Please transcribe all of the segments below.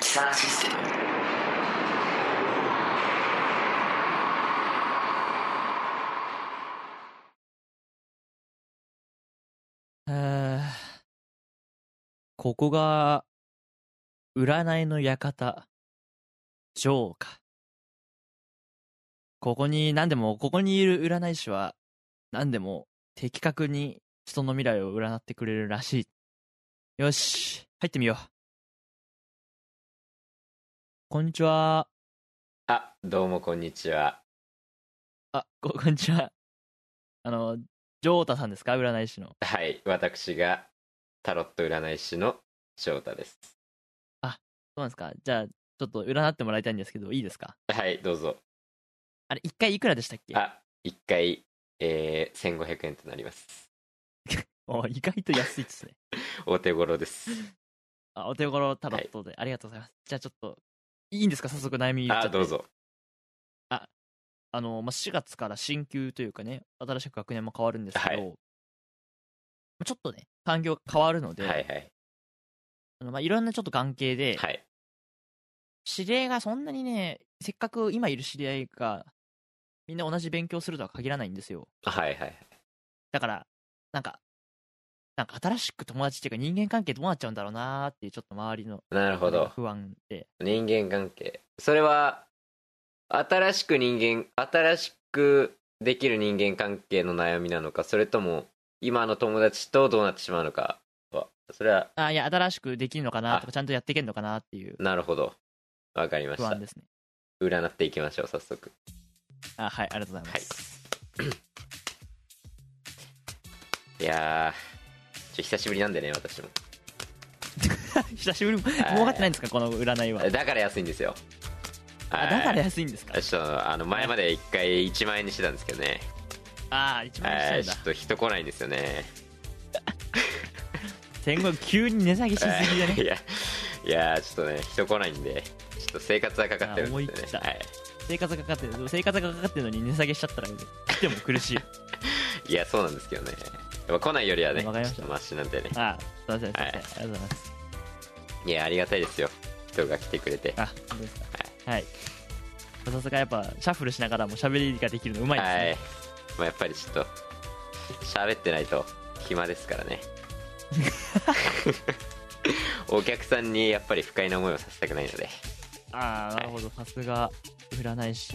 キサーシステムえーここが、占いの館、城か。ここに、何でも、ここにいる占い師は、何でも、的確に人の未来を占ってくれるらしい。よし、入ってみよう。こんにちは。あ、どうもこんにちは。あ、 こ、こんにちは。あの、城太さんですか占い師の。はい、私がタロット占い師の翔太です。そうなんですかじゃあ、ちょっと占ってもらいたいんですけど、いいですかはい、どうぞ。あれ、一回いくらでしたっけあ、1回、えー、1500円となります。お意外と安いっすね。お手頃です。あ、お手頃タロットで、ありがとうございます。じゃあちょっと、いいんですか早速悩み言っちゃって。あ、どう。ぞ。あの、まあ、4月から新級というかね、新しく学年も変わるんですけど、はいまあちょっとね、環境が変わるので、はいはい。あのまあ、いろんなちょっと関係で、はい。知り合いがそんなにね、せっかく今いる知り合いが、みんな同じ勉強するとは限らないんですよ。はいはい。だから、なんか、なんか新しく友達っていうか人間関係どうなっちゃうんだろうなーっていうちょっと周りのなるほど。不安で。人間関係。それは、新しく人間、新しくできる人間関係の悩みなのか、それとも、今の友達とどうなってしまうのかは、それは、あ、いや、新しくできるのかなとあか、ちゃんとやっていけるのかなっていうなるほど。わかりまし不た安。ですね。占っていきましょう、早速。あ、はい、ありがとうございます。いやー、ちょ久しぶりなんでね、私も。久しぶりも、儲かってないんですか、この占いは。だから安いんですよ。あはいだから安いんですか。ちょっと、あの、前まで一回1万円にしてたんですけどね。ああ、一万は円い、したちんょっだ。と人来ないんです よね。戦後、急に値下げしすぎだはいね。いや、いやーちょっとね、人来ないんで、ちょっと生活はかかってるあん思い切でっすたよね。はい。生活がかかってる、生活がかかってるのに値下げしちゃったら、来ても苦しい。いや、そうなんですけどね。やっぱ来ないよりはね、ちょわかりましったとマシなんでね。ああ、すいません、すいません。あはいりがとうございます。いや、ありがたいですよ。人が来てくれて。あ、そうですか。はい。さすがやっぱ、シャッフルしながらも喋りができるのうまいですはね。い。まあ、やっぱりちょっと、喋ってないと暇ですからね。お客さんにやっぱり不快な思いをさせたくないので。ああ、なるほど、さすが、占い師。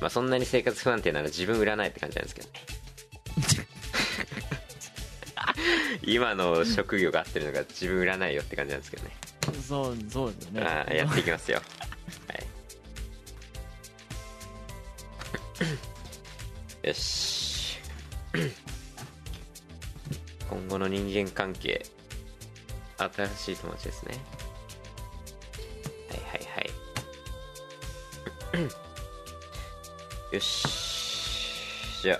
まあ、そんなに生活不安定なら自分売らないって感じなんですけどね。今の職業が合ってるのが自分売らないよって感じなんですけどね。そう、そうですよね。あー やっていきますよ。はい。よし。今後の人間関係、新しい友達ですね。はいはいはい。よし。じゃあ、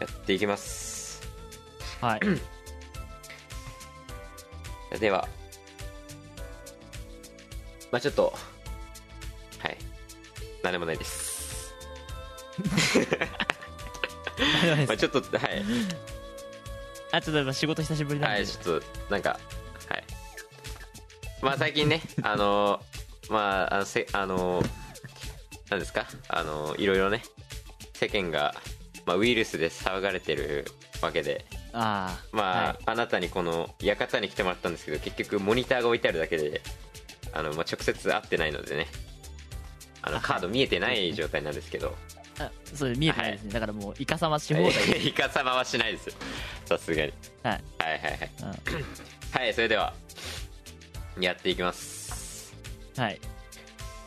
やっていき ます。はい。では、まあちょっと、はい、なんでもないです。まあちょっと、はい、あ、ちょっとやっぱ仕事久しぶりなんはでい、。ちょっと、なんか、はい。まあ最近ね、あのまああの、せ、あのなんですか、あのいろいろね、世間が、まあウイルスで騒がれてるわけで、ああ。まあ、はいあなたにこの館に来てもらったんですけど結局モニターが置いてあるだけであの、まあ、直接会ってないのでねあのカード見えてない状態なんですけど、あそれ見えてないですね、だからもうイカサマし放題で イカサマはしないですよさすがにはい、はいはいはいうんはいそれではやっていきますはい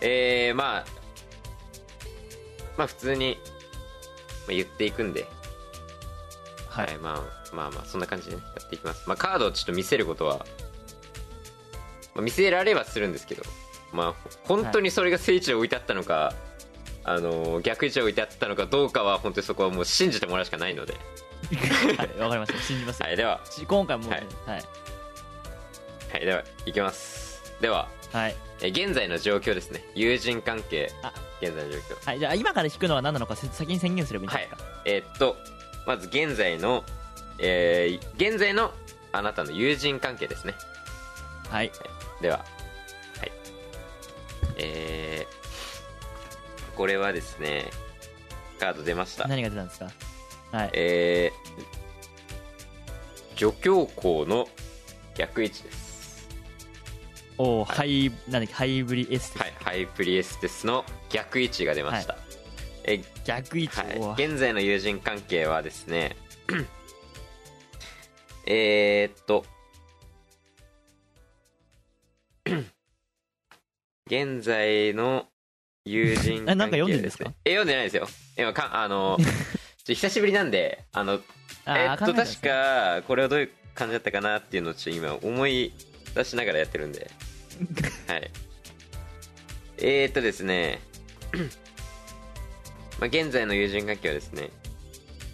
えー、まあまあ普通にまあ言っていくんでははいい、まあまあまあそんな感じでねやっていきます、まあ、カードをちょっと見せることは、まあ見せられはするんですけどまあ本当にそれが聖地を置いてあったのか、あのー逆位置を置いてあったのかどうかは本当にそこはもう信じてもらうしかないので、はいわかりました信じますよはい、では、し今回もうははいいはい、ではいきますでははい、え現在の状況ですね友人関係あ現在の状況はい、じゃあ今から弾くのは何なのかせ先に宣言すればいいんはでいすか、えーっとまず現在のえー現在のあなたの友人関係ですねはい、でははいえー、これはですねカード出ました何が出たんですかはいえー、助教校の逆位置ですおーハイなんだっけハイブリエステ、はいハイプリエステスの逆位置が出ました、え逆位置を、はい、現在の友人関係はですね えーっと 現在の友人関係えなんか読んでんですかねえ読んでないですよ今か あのちょ久しぶりなんであのあーえっ考とたんです確ねかこれはどういう感じだったかなっていうのをちょっと今思い出しながらやってるん ではいえー、っとですね まあ現在の友人関係はですね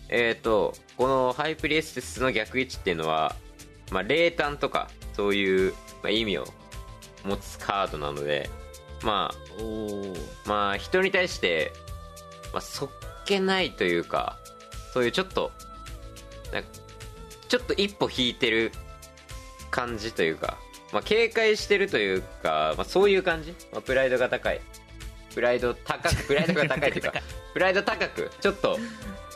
えー、っとこのハイプリエステスの逆位置っていうのは、まあ、冷淡とかそういう、まあ、意味を持つカードなのでまあおーまあ人に対して、まあ、そっけないというかそういうちょっとなんかちょっと一歩引いてる感じというか、まあ、警戒してるというか、まあ、そういう感じ、まあ、プライドが高いプライド高くプライドが高いというかプライド高くちょっと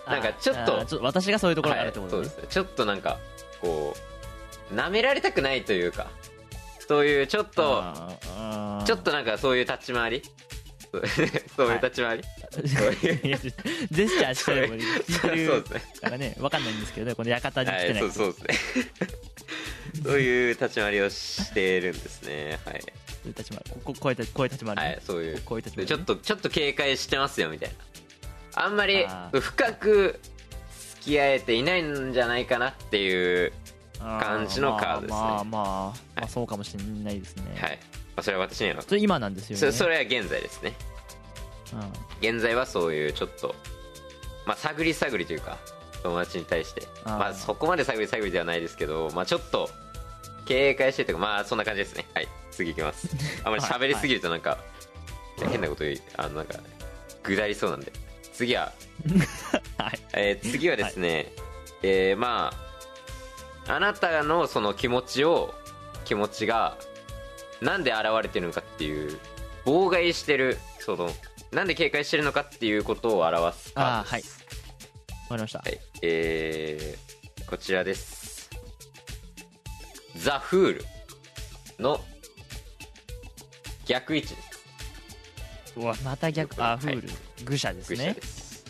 なんかあーちょっとあーちょっと私がそういうところがあるってことはいですそうですねちょっとなんかこう舐められたくないというかそういうちょっとあーちょっとなんかそういう立ち回り そうそういう立ち回り、いやジェスチャーしてるのに聞いそうてでるすねからね分かんないんですけどねこの館には来ていないそうそうですね そういう立ち回りをしてるんですねはい、立ち回るこここういう立ちこういう立ち回る、はい、そういうこういう立ち回でるちょっとちょっと警戒してますよみたいなあんまりあー深く付き合えていないんじゃないかなっていう感じのカードですねまあまあ、まあまあそうかもしれないですね、はい、まあ、それは私にはそれ今なんですよねそそれは現在ですねうん現在はそういうちょっと、まあ、探り探りというか友達に対してあーまあ、そこまで探り探りではないですけど、まあ、ちょっと警戒してというかまあそんな感じですねはい次いきますあん まり喋りすぎるとなんか、変なこと言うあのなんかぐだりそうなんで次は、はいえー次はですね、えーまああなたのその気持ちを気持ちがなんで現れてるのかっていう妨害してるそのなんで警戒してるのかっていうことを表すカードあーですはいわかりました、はい、えー、こちらです。ザ・フールの逆位置です。うわまた逆あフール、は愚者です愚者ねです。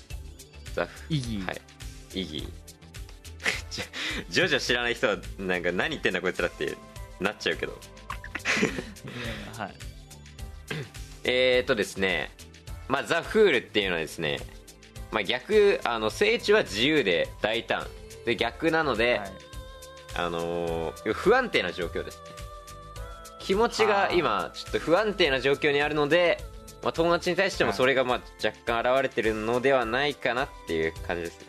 ザ・フ意義、はい。 イギー。ちょジョジョ知らない人は、なんか何言ってんだこいつらってなっちゃうけど。うんはいえーとですね、まあ、ザ・フールっていうのはですね、まあ、逆、あの、聖地は自由で大胆。で、逆なので、はいあのー不安定な状況ですね気持ちが今ちょっと不安定な状況にあるので、まあ、友達に対してもそれがまあ若干現れてるのではないかなっていう感じですね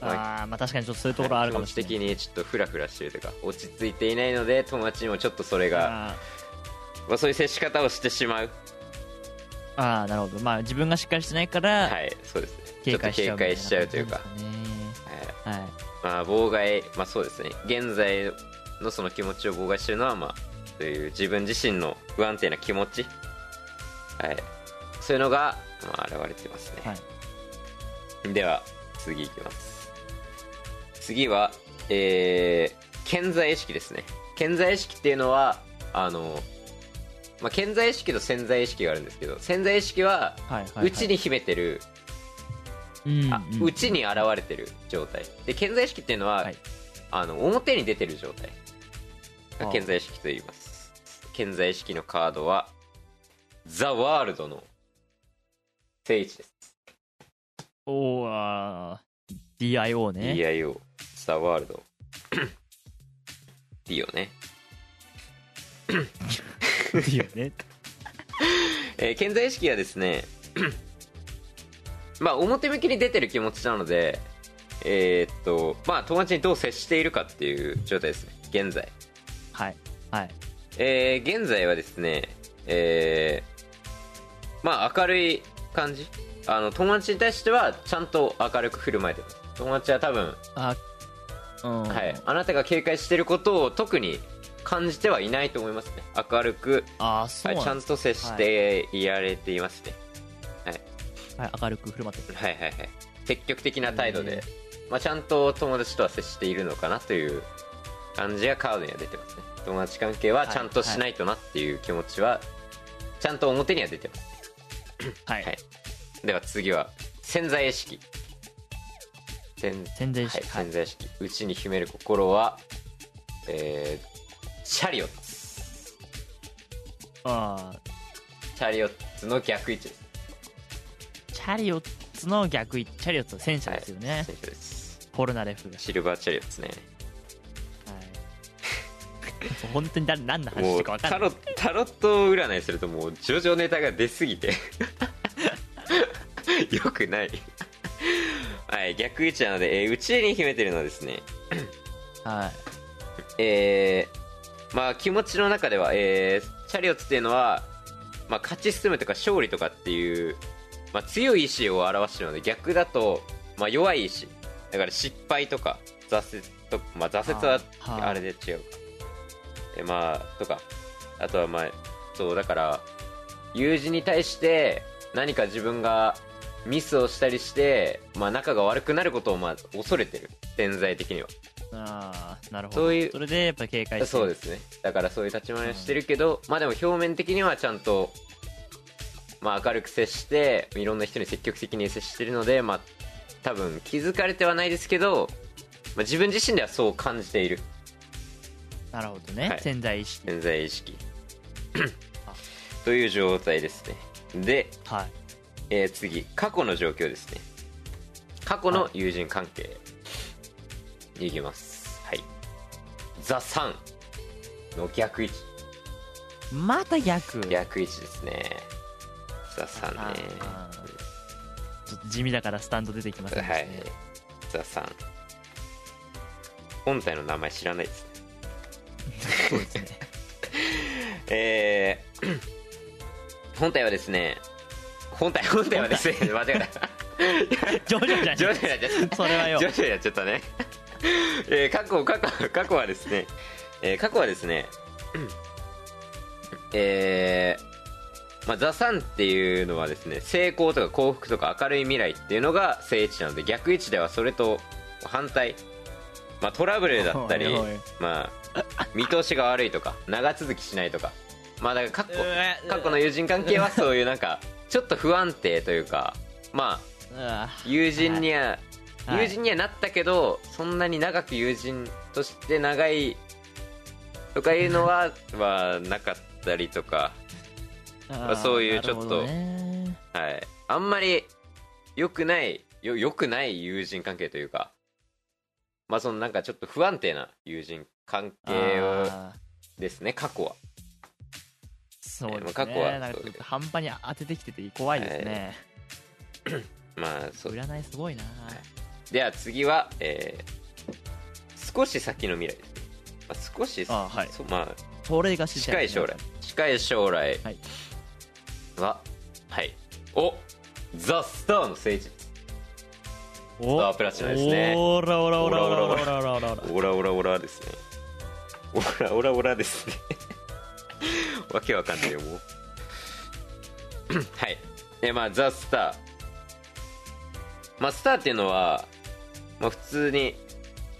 あーまあ確かにちょっとそういうところはあるかもしれない、気持ち的にちょっとフラフラしてるというか落ち着いていないので友達にもちょっとそれが、あまあ、そういう接し方をしてしまうーあーなるほどまあ自分がしっかりしてないから、はいそうですねちょ警っと戒しちゃう警みたい戒なしちゃうというか、感じなんですはいかねはいまあ、妨害、まあ、そうですね現在のその気持ちを妨害してるのは、まあ、そういう自分自身の不安定な気持ち、はい、そういうのが、まあ、現れてますね、はいでは次いきます次はえー、健在意識ですね健在意識っていうのはあのまあ、健在意識と潜在意識があるんですけど潜在意識ははいはい、はい。内に秘めてる、うん、あうん内に現れてる状態で健在意識っていうのは、はいあの表に出てる状態あがあ健在意識と言います健在意識のカードはザ・ワールドの聖地ですおーあー DIO ね。 DIO ザ・ワー ルドディオね、 DIO ね。えー健在意識はですね まあ表向きに出てる気持ちなのでえーっとまあ友達にどう接しているかっていう状態ですね現在はい。はい。えー現在はですね、えーまあ明るい感じあの友達に対してはちゃんと明るく振る舞えてます友達は多分、あ、うん。はい、あなたが警戒してることを特に感じてはいないと思いますね明るく、あー、そはうい、ちゃなんんでと接していられていますね、す。はい、明るく振る舞ってくれる。はい、はいはい積極的な態度で、まあ、ちゃんと友達とは接しているのかなという感じがカードには出てますね友達関係はちゃんとしないとなっていう気持ちはちゃんと表には出てますははいい。では次は潜在意識潜潜在意はい識。はい潜在意識内に秘める心はえーチャリオッツあーチャリオッツの逆位置ですチャリオッツの逆位、チャリオッツは戦車ですよね。選手ですポルナレフ。 シルバーチャリオッツねはい。本当にだ何の話しもてうか分かんなタい。ロタロット占いするともう徐々ネタが出す ぎてよくないはい逆位置なので、えー内に秘めてるのはですねはい。えーまあ気持ちの中では、えーチャリオッツっていうのは、まあ、勝ち進むとか勝利とかっていう、まあ、強い意志を表してるので逆だと、まあ、弱い意志だから失敗とか挫折と、まあ、挫折ははあはああれで違うか、えまあとかあとはまあそうだから友人に対して何か自分がミスをしたりして、まあ、仲が悪くなることをまあ恐れてる潜在的にはああ、なるほど。そういうそれでやっぱり警戒してる。そうですねだからそういう立ち回りをしてるけど、まあでも表面的にはちゃんと、まあ、明るく接していろんな人に積極的に接してるのでまあ多分気づかれてはないですけど、まあ、自分自身ではそう感じているなるほどね。はい潜在意識。潜在意識あ という状態ですねで、はい。えー次過去の状況ですね過去の友人関係に行きますはいザ・サンの逆位置また逆。逆位置ですねザさんねああちょっと地味だからスタンド出てきませんでしはたいね。ザさん本体の名前知らないですねそうですね。 えー 本体はですね本体本体はですね間違え徐々にじゃなた徐い々にやっちゃった それはよ徐々にやっちゃったね えー過去過去過去はですね、えー過去はですねえーまあ、ザ・サンっていうのはですね成功とか幸福とか明るい未来っていうのが正位置なので逆位置ではそれと反対、まあ、トラブルだったりおいおいまあ、見通しが悪いとか長続きしないとかまあだから過去うえ過去の友人関係はそういうなんかちょっと不安定というかまああ友人には、はい友人にはなったけどそんなに長く友人として長いとかいうのははなかったりとか、あそういうちょっなるとほどねはい、あんまり良くないよ良くない友人関係というかまあそのなんかちょっと不安定な友人関係をあーですね過去はそうですまあね過去はなんかちょっと半端に当ててきてて怖いですね、まあそう占いすごいな、では次は、えー少し先の未来ですね、まあ、少しあーはいそまあ、それが知りた近い将来近い将来はいははい、おザ・スターの聖地おスタープラチナですねおらおらおらおらおらおらおらおらオラオラオラですねオラオラオラですね わけわかんないよもうはいえまあザ・スターまあスターっていうのは、まあ、普通に、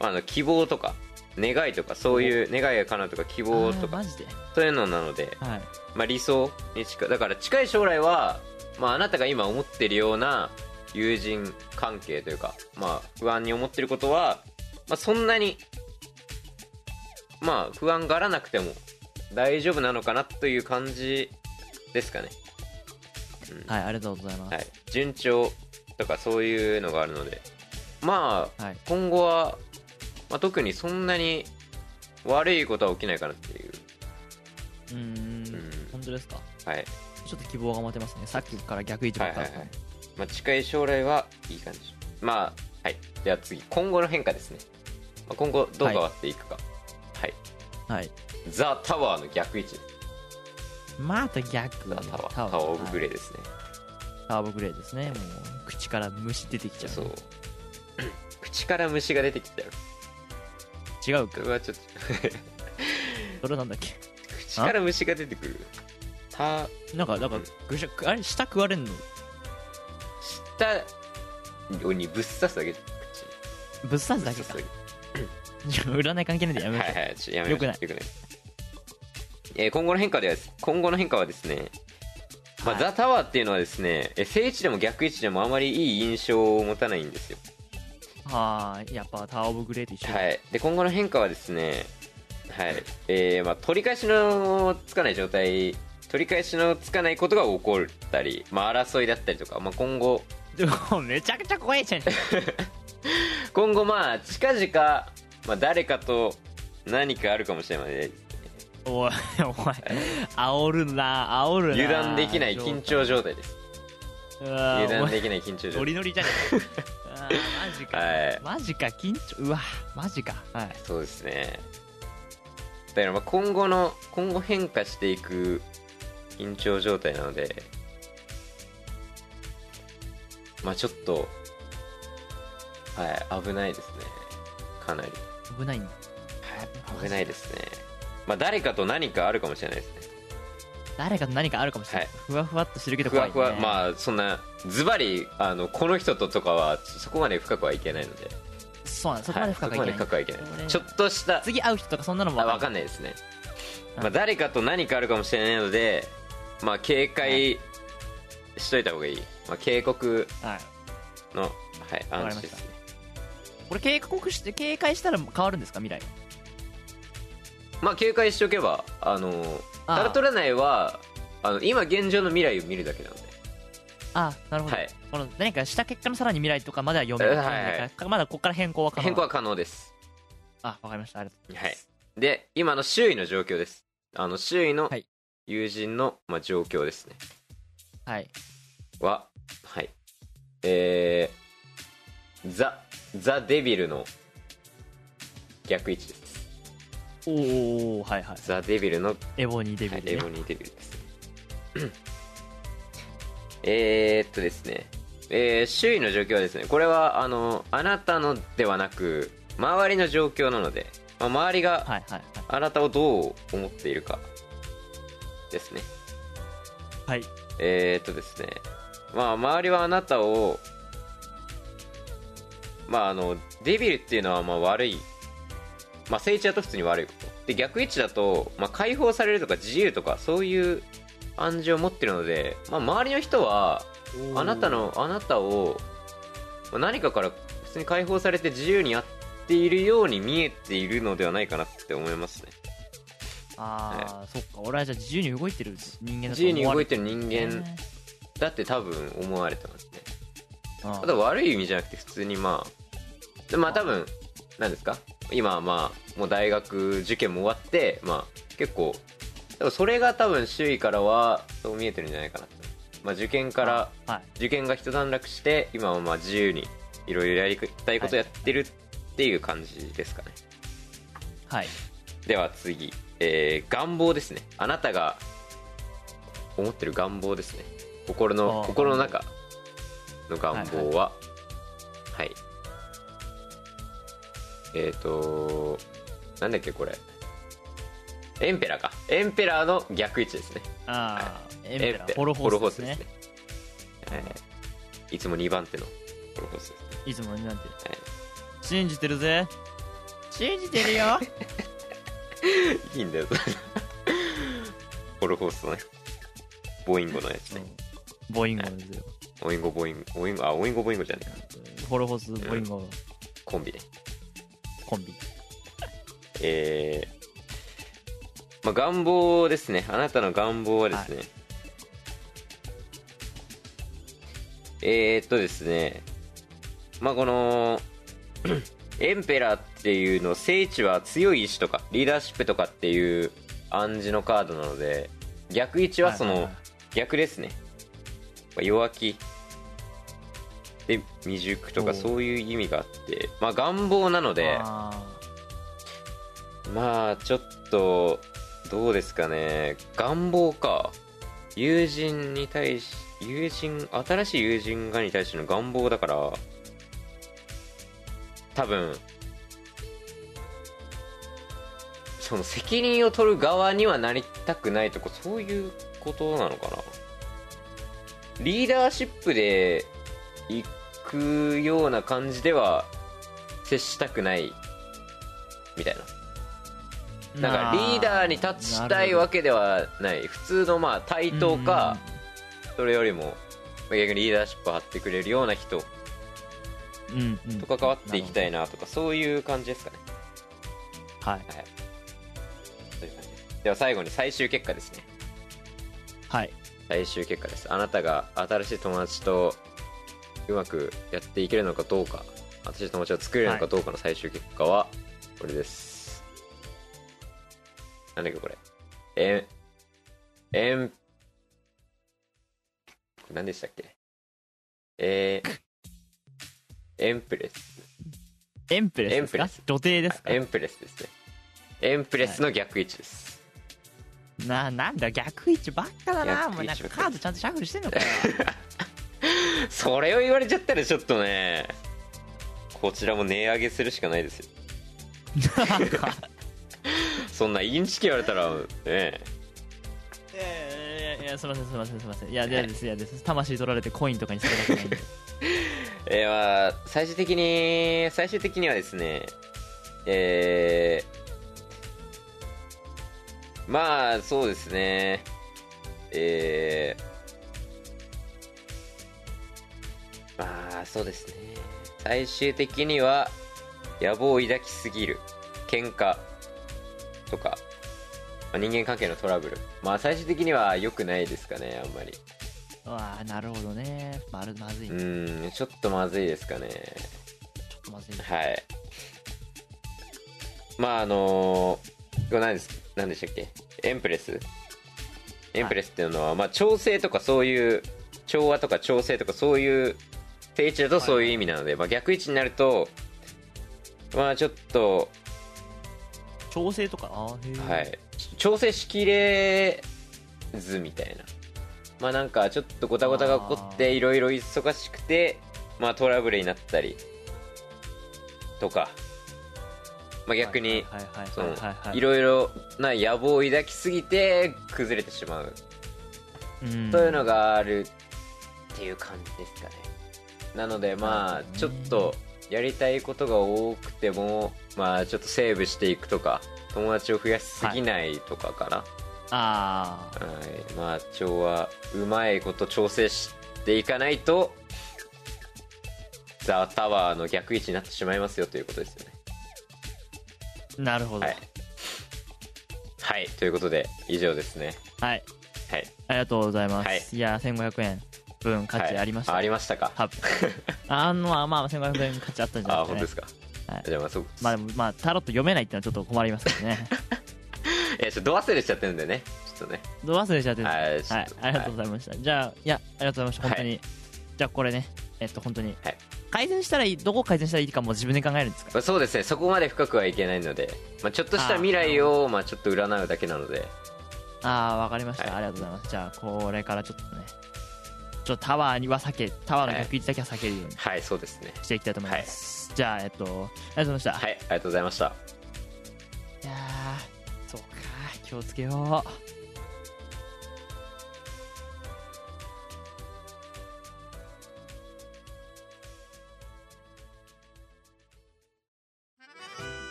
まあ、あの希望とか願いとかそういう願いが叶うとか希望とあーかマジでそういうのなので、はいまあ、理想に近いだから近い将来は、まあ、あなたが今思ってるような友人関係というか、まあ、不安に思ってることは、まあ、そんなに、まあ、不安がらなくても大丈夫なのかなという感じですかねはいありがとうございます、はい、順調とかそういうのがあるのでまあ、はい今後は、まあ、特にそんなに悪いことは起きないかなっていう、うーんうん本当ですかはいちょっと希望が持てますねさっきから逆いってばっかりはいはいまあ、近い将来はいい感じまあはいでは次今後の変化ですね、まあ、今後どう変わっていくかはい、はいザ・タワーの逆位置また逆ザ・タワータワーオブグレーですね、はいタワーオブグレーですねもう口から虫出てきちゃうそう 口から虫が出てきたよ違うかこれはちょっと それなんだっけ口から虫が出てくるたなんかなんかぐしゃあれ舌食われんの舌にぶっ刺すだけ口ぶっ刺すぶだっけ刺すかだけいや 占い関係ないんでやめまはしょいうはいちょやめましょうよくないよくない、えー今後の変化ではです今後の変化はですね、まあはいザ・タワーっていうのはですねえー正位置でも逆位置でもあまりいい印象を持たないんですよはーいやっぱタワーオブグレーと一緒だはいで今後の変化はですねはいえーまあ取り返しのつかない状態取り返しのつかないことが起こったり、まあ、争いだったりとか、まあ、今後でもめちゃくちゃ怖いじゃん 今後まあ近々、まあ、誰かと何かあるかもしれないのでおいお前煽るな煽るな油断できない緊張状態ですうわ油ーお断前できない緊張状ノ態リノリじゃね えあーマジか、はいマジか緊張うわマジかはいそうですねだからまあ今後の今後変化していく緊張状態なのでまあちょっとはい危ないですねかなり危ないんだ危ないですねまあ誰かと何かあるかもしれないですね誰かと何かあるかもしれない、はいふわふわっとしてるけどふ怖い、わね、ふわまあそんなズバリあのこの人ととかはそこまで深くはいけないのでそうなんそこまで深くはいけないい,、はそこまで深くはいけこないれちょっとした次会う人とかそんなのもあ分かかんんないないですね、うんまあ、誰かと何かあるかもしれないので、まあ、警戒しといた方がいい、まあ、警告はい、の、はい、わかりま安心したですねこれ警告して警戒したら変わるんですか未来まあ警戒しておけばあのあータルトラ内はあの今現状の未来を見るだけなのではあなるほど、はいこの何かした結果のさらに未来とかまでは読める、えはいはいまだここから変更は可能変更は可能ですあわかりましたありがとうございます、で今の周囲の状況ですあの周囲のはい友人の、まあ、状況ですねはい、は、はい。えー、ザ、ザ・デビルの逆位置です。おーおーはいはいザ・デビルの、エボニーデビはいル、、ねエモニー・デビルです。えーっとですね、えー周囲の状況はですね、これは、あの、あなたのではなく、周りの状況なので、まあ周りがはいはいあなたをどう思っているかですね。はいはいえー、っとですね、まあ、周りはあなたを、まあ、あの、デビルっていうのは、まあ、悪い。まあ、聖地だと普通に悪いこと。で、逆位置だと、まあ、解放されるとか自由とか、そういう暗示を持ってるので、まあ、周りの人は、あなたの、あなたを、まあ何かから普通に解放されて自由にやっているように見えているのではないかなって思いますね。ああ、そっか俺はじゃあ自由に動いてる人間だと自由に動いてる人る間だって多分思われてますね。ああと悪い意味じゃなくて普通にまあでまあ多分何ですか今はまあもう大学受験も終わってまあ結構でもそれが多分周囲からはそう見えてるんじゃないかなとまあ受験からはい受験が一段落して今はまあ自由にいろいろやりたいことやってるっていう感じですかね、はいでは次、えー願望ですねあなたが思ってる願望ですね心のあー心の中の願望ははい、えっ、ー、となんだっけこれエンペラーかエンペラーの逆位置ですねああエンペラーエホロホースホでロすホねースですねはいいつも2番手のホロホースですねいつもなんてはい信じてるぜ信じてるよいいんだよそれ ホロフォースのねボインゴのやつねボインゴですよオインゴボインゴオインゴあオインゴボインゴじゃねえかホロホスボインゴのコンビねコンビえーまあ、願望ですねあなたの願望はですね、えー、っとですねまあこの エンペラーっていうの聖地は強い意志とかリーダーシップとかっていう暗示のカードなので逆位置はそはいのはいは逆ですね、まあ弱気で未熟とおかうそういう意味があってまあ願望なのであまあちょっとどうですかね願望か友人に対し友人新しい友人がに対しての願望だから多分その責任を取る側にはなりたくないとかそういうことなのかなリーダーシップで行くような感じでは接したくないみたいなーなんかリーダーに立ちたいわけではない普通のまあ対等か、それよりも逆にリーダーシップを張ってくれるような人なるほどうんうんと関わっていきたいなとかそういう感じですかねはいそういう感じですでは最後に最終結果ですねはい最終結果ですあなたが新しい友達とうまくやっていけるのかどうか新しい友達を作れるのかどうかの最終結果はこれです、なんだっけこれえんえん何でしたっけえー、エンプレスエンプレスですエンプレかス女帝ですかエンプレスですねエンプレスの逆位置です、ななんだ逆位置ばっかだなも逆う位置なばっんかかカードちゃんとシャッフルしてんの かよそれを言われちゃったらちょっとねこちらも値上げするしかないですよなんかそんなインチキ言われたらねいやいやいやすいませんすいませんすいませんいやいやですいやです魂取られてコインとかにされたくないんでえーまあ最終的に最終的にはですねえーまあそうですねえーまあそうですね最終的には野望を抱きすぎる喧嘩とか、まあ人間関係のトラブルまあ最終的には良くないですかねあんまりうわあなるほどねまるまずいうちょーんちょっとまずいですかねっとまずいはい。まああのー、これ何です何でしたっけエンプレスエンプレスっていうのは、まあ、調整とかそういう調和とか調整とかそういう定位置だとそういう意味なので、まあ、逆位置になるとまあちょっと調整とかあーへーはい、調整しきれずみたいなまあなんかちょっとごたごたが起こっあていろいろ忙しくてまあトラブルになったりとか、まあ、逆にはいはいそはいのはいはいはいいろいろな野望を抱きすぎて崩れてしまううんというのがあるっていう感じですかねなのでまなあるほちどょっねとやりたいことが多くてもまあちょっとセーブしていくとか友達を増やしすぎないとかかな、ああはい、まあ調和うまいこと調整していかないとザ・タワーの逆位置になってしまいますよということですよねなるほどはいはいということで以上ですねはいはいありがとうございます、はいい、や1500円分価値ありました、はいありましたか多分 あのまあまあ1500円価値あったんじゃあなあい本当でですすかねか、はいじゃあまあそうまあでもまあタロット読めないってのはちょっと困りますけど ねえちょっとド忘れしちゃってるんでねちょっとねどう忘れちゃってるんですはいちょはっい、ありがとうございました。じゃあ、いや、ありがとうございました。本当に。じゃあ、これね、えっと、本当に、はい改善したらいい、どこを改善したらいいかも自分で考えるんですかまあそうですねそこまで深くはいけないので、まあ、ちょっとした未来をまあ、ちょっと占うだけなのでああ、わかりました、はいありがとうございます。じゃあ、これからちょっとね、ちょっとタワーには避け、タワーの逆位置だけは避けるようにはいそうですねしていきたいと思います。じゃあ、えっと、ありがとうございました。はいありがとうございましたいやーそうか、気をつけよう。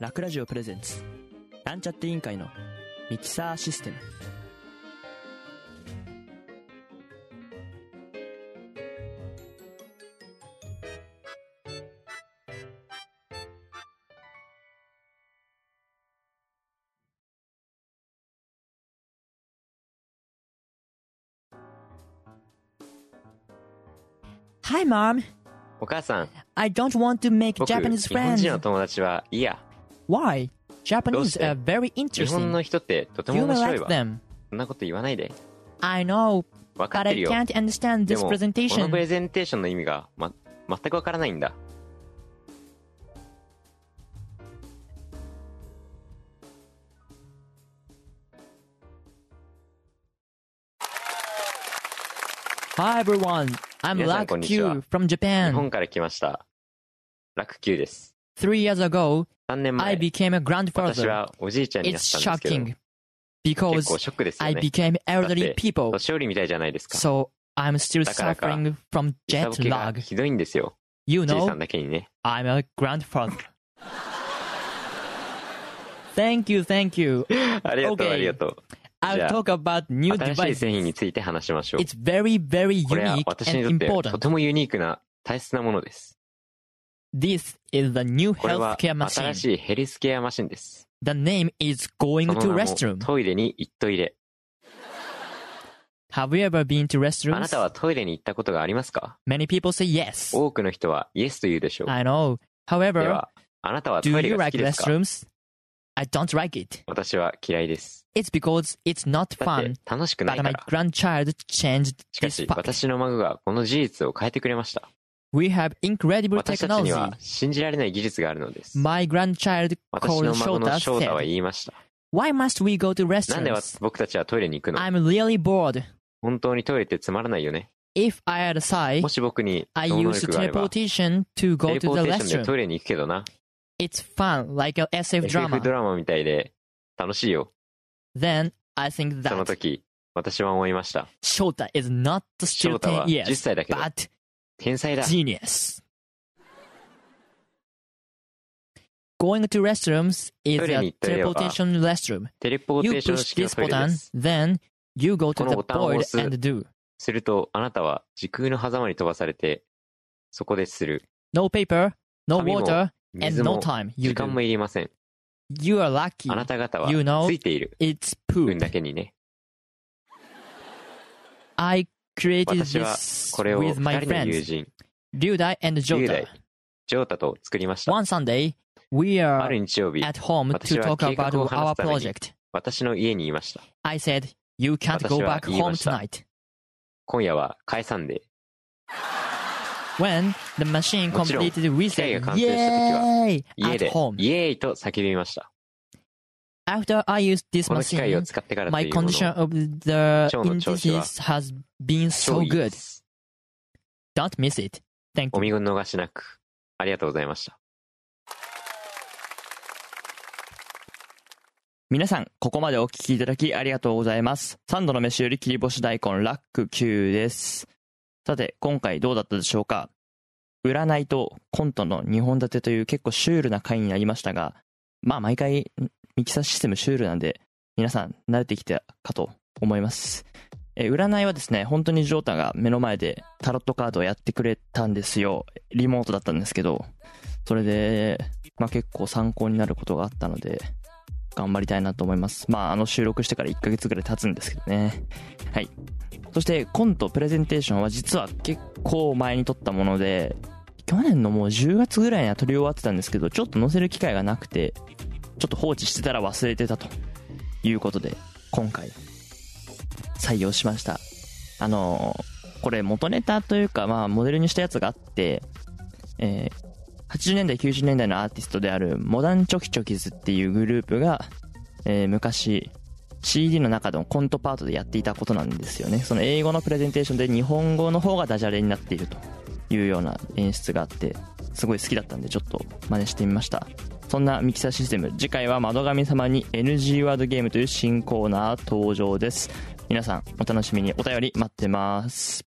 ラクラジオプレゼンツなんちゃって委員会のミキサーシステム「Hi mom, お母さん I don't want to make 僕 Japanese 日本人 friends. の友達はいいや Why? どう Japanese して are very 日 interesting. 本の人ってとて You will も面白い like わ them. そんなこと言わないで I know, 分かっ but て I るよ can't understand で this もこのプ presentation. レゼンテーションの意味が、ま、全くわからないんだ Hi everyone, I'm 皆さん Lack こんにちは。 Q from 日 Japan. 本から来ました楽球です3 years ago, 3年 I 前 became a 私 grandfather. はおじいちゃんになっ It's たんですけど shocking 結構 because ショックですよ I ね became elderly だって、 people. 年寄りみたいじゃないですか So I'm still だからか、 suffering from 下 jet 請けが lag. ひどいんですよ You じいさん know, だけにね I'm a grandfather. thank you, thank you. ありがとう Okay ありがと I'll じゃあ、 talk about new う新しい製品 devices. について話しましょう It's very, very これは unique 私 and にとってと important. てもユニークな大切なものです This is the new これは healthcare 新 machine. しいヘルスケアマシンです The name is そ going の to 名も restroom. トイレに行っといれ Have you ever been to あなた restrooms? はトイレに行ったことがありますか Many people say yes. 多くの人はイエスと言うでしょう I know. で However, はあなたは do トイレ you が好 like きですか restrooms? I don't like it. 私は嫌いです。 It's because it's not だって fun. 楽しくない But か my ら。 grandchild changed しか this し fact. 私の孫がこの事実を変えてくれました。 We have incredible 私たちに technology. は信じられない技術があるのです。 My grandchild 私 called の孫の Shota 翔太は said, 言いました。 Why must we go to なんで restaurants? 僕たちはトイレに行くの I'm really bored. 本当にトイレってつまらないよね。 If I had a sigh, もし僕に I 超能 use 力があれば、テ teleportation to go レ to ポ the ーテーションでト restroom. イレに行くけどな。 It's fun, like a SF SF drama. ドラマみたいで楽しいよ。 Then I think その that 時、私は思いました。 Shota is not 翔 still 太は10 10 years, 歳だけど、 but 天才だ。 genius. Going to restrooms is a トイレに行ったりは、 teleportation restroom. テレポー You テーション push 式の this トイレで button, す。 then you go to the このボタンを押す。 board and do. すると、あなたは時空の狭間に飛ばされて、そこでする。 No paper, no 紙も、 water, and 水 no も、 time. You 時間 do. もいりません。 You are lucky. あなた方は You know- ついている It's 分 poop. だけにね。 I created 私は this これを with 二 my 人の友 friends, 人、 Ryudai and 雄大 Jota.、ジョータと作りました。 One Sunday, we あ are る日曜日、 at home to 私は talk 計画を about 話す our ために project. 私の家にいました。 I said, You can't go 私は back home 言いました。 tonight. 今夜は解散で、 When the machine もちろん、 completed, we said, 機械が完成した時は、 Yay! 家 At で、 home. イエーイと叫びました。 After I used this この機械を machine, 使ってからと my いうもの condition of the 腸の調子は、 indices has been 超 so いいで good. す Don't miss it. Thank お you. 見逃しなく。ありがとうございました。皆さん、ここまでお聞きいただきありがとうございます。三度の飯より切り干し大根、ラック Q です。さて、今回どうだったでしょうか占いとコントの2本立てという結構シュールな回になりましたが、まあ毎回ミキサーシステムシュールなんで、皆さん慣れてきたかと思います。えー占いはですね、本当にジョータが目の前でタロットカードをやってくれたんですよ。リモートだったんですけど、それで、まあ結構参考になることがあったので、頑張りたいなと思います。まあ、あの収録してから1ヶ月ぐらい経つんですけどね。はい。そして、コントプレゼンテーションは実は結構前に撮ったもので、去年のもう10月ぐらいには撮り終わってたんですけど、ちょっと載せる機会がなくて、ちょっと放置してたら忘れてたということで、今回、採用しました。あの、これ元ネタというか、まあ、モデルにしたやつがあって、えー80年代90年代のアーティストであるモダンチョキチョキズっていうグループが、えー昔 CD の中のコントパートでやっていたことなんですよねその英語のプレゼンテーションで日本語の方がダジャレになっているというような演出があってすごい好きだったんでちょっと真似してみましたそんなミキサーシステム次回は窓神様に NG ワードゲームという新コーナー登場です皆さんお楽しみにお便り待ってます